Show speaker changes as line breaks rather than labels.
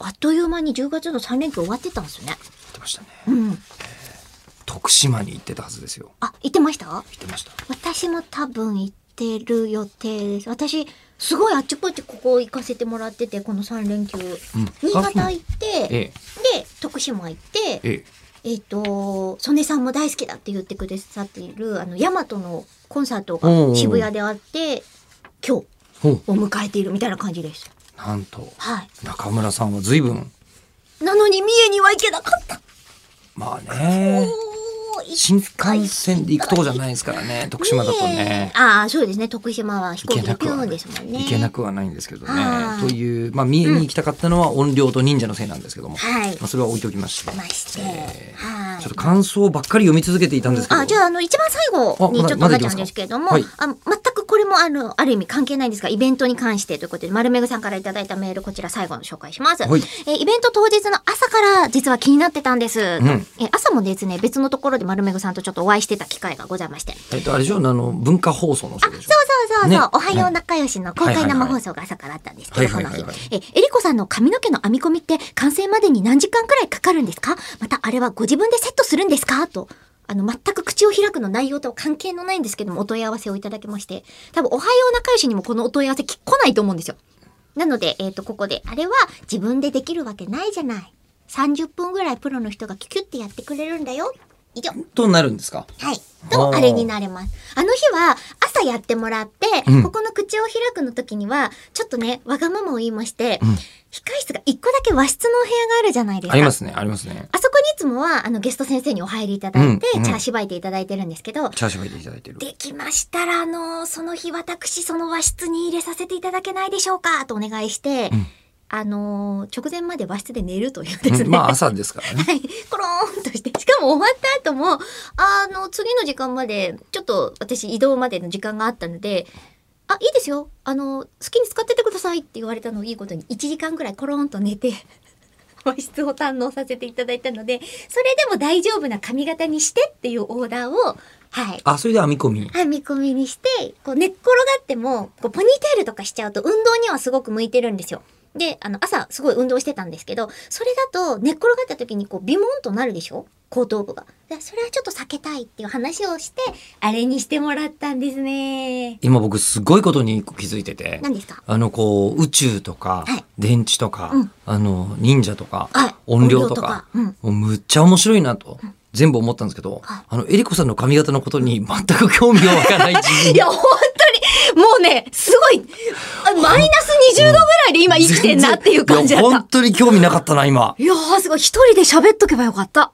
あっという間に10月の3連休終わってたんですよね。
言ってましたね。
うん。
徳島に行ってたはずですよ。
あ、行ってました
行ってました。
私も多分行ってる予定です。私、すごいあっちこっちここ行かせてもらってて、この3連休。
うん
新潟
あ
行って、
ええ、
で、徳島行って、
ええ、
えっ、と、曽根さんも大好きだって言ってくださっている、あの、ヤマトのコンサート
おうお
が
う
渋谷であって、今日
ほう
を迎えているみたいな感じです。
なんと、
はい。
中村さんは随分、
なのに、三重には行けなかった。
まあね、
おー
新幹線で行くとこじゃないですからね、徳島だと
ね
ね
え。ああ、そうですね。徳島は飛
行
行
け
機で
な
行
く
く
は
ん
ない
ですもんね。
行けなくはないんですけどね
は。い
という、まあ、三重に行きたかったのは音量と忍者のせいなんですけども、
はい
まあ、それは置いておきまして、
まして、
えー
はい。
ちょっと感想ばっかり読み続けていたんですけど、
あ、じゃあ、あの、一番最後に
あまだ
ちょっとなっちゃ
まだいきま
う
す
ん
か
ですけれども、
はい
あの全くこれもあの、ある意味関係ないんですが、イベントに関してということで、丸めぐさんからいただいたメール、こちら最後の紹介します。
はい
えーイベント当日の朝から実は気になってたんです。
ん
えー朝もですね、別のところで丸めぐさんとちょっとお会いしてた機会がございまして。
えっと、あれでしょ、あの、文化放送の
あ、
人
そう
でしょ。
そうそうそう、
ね
おはよう仲良しの公
はい
開
はい
生
はい
放送が朝からあったんですけど、こ
はい
の
はい
日
はい。
え、えりこさんの髪の毛の編み込みって完成までに何時間くらいかかるんですかまたあれはご自分でセットするんですかと。あの、全く口を開くの内容とは関係のないんですけども、お問い合わせをいただきまして、多分、おはよう仲良しにもこのお問い合わせき来ないと思うんですよ。なので、えっ、と、ここで、あれは自分でできるわけないじゃない。30分ぐらいプロの人がキュキュってやってくれるんだよ。以上。
となるんですか
はい。
あ
と、
ー
あれになれます。あの日は、朝やってもらって、
うん
ここの口を開くの時には、ちょっとね、わがままを言いまして、
ん
控室が一個だけ和室のお部屋があるじゃないですか。
ありますね、ありますね。
あそこにいつもは、あの、ゲスト先生にお入りいただいて、
うんうん
茶しばいていただいてるんですけど、
チャーシュー入っていただいてる。
できましたら、あの、その日私、その和室に入れさせていただけないでしょうか、とお願いして、
うん
あの、直前まで和室で寝るというですね。
うんまあ、朝ですからね。
はい、コローンとして。しかも終わった後も、あの、次の時間まで、ちょっと私移動までの時間があったので、あ、いいですよ。あの、好きに使ってってくださいって言われたのをいいことに、1時間くらいコローンと寝て、 和室を堪能させていただいたので、それでも大丈夫な髪型にしてっていうオーダーを、はい。
あ、それで編み込み。
編み込みにして、こう寝っ転がっても、こうポニーテールとかしちゃうと運動にはすごく向いてるんですよ。で、あの、朝すごい運動してたんですけど、それだと寝っ転がった時にこうビモンとなるでしょ後頭部が。でそれはちょっと避けたいっていう話をして、あれにしてもらったんですね。
今僕すごいことに気づいてて。
何ですか
あのこう宇宙とか、
はい
電池とか、
うん
あの忍者とか、
はい
音量
音量
とか
とか
もうむっちゃ面白いなと、全部思ったんですけど、
はい
あのえりこさんの髪型のことに全く興味がわからない自分
いや、本当に、もうね、すごい、あマイナス20度ぐらいで今生きてんなっていう感じだっ
全然い
た
や本。当に興味なかったな今
いやー、すごい。一人で喋っとけばよかった。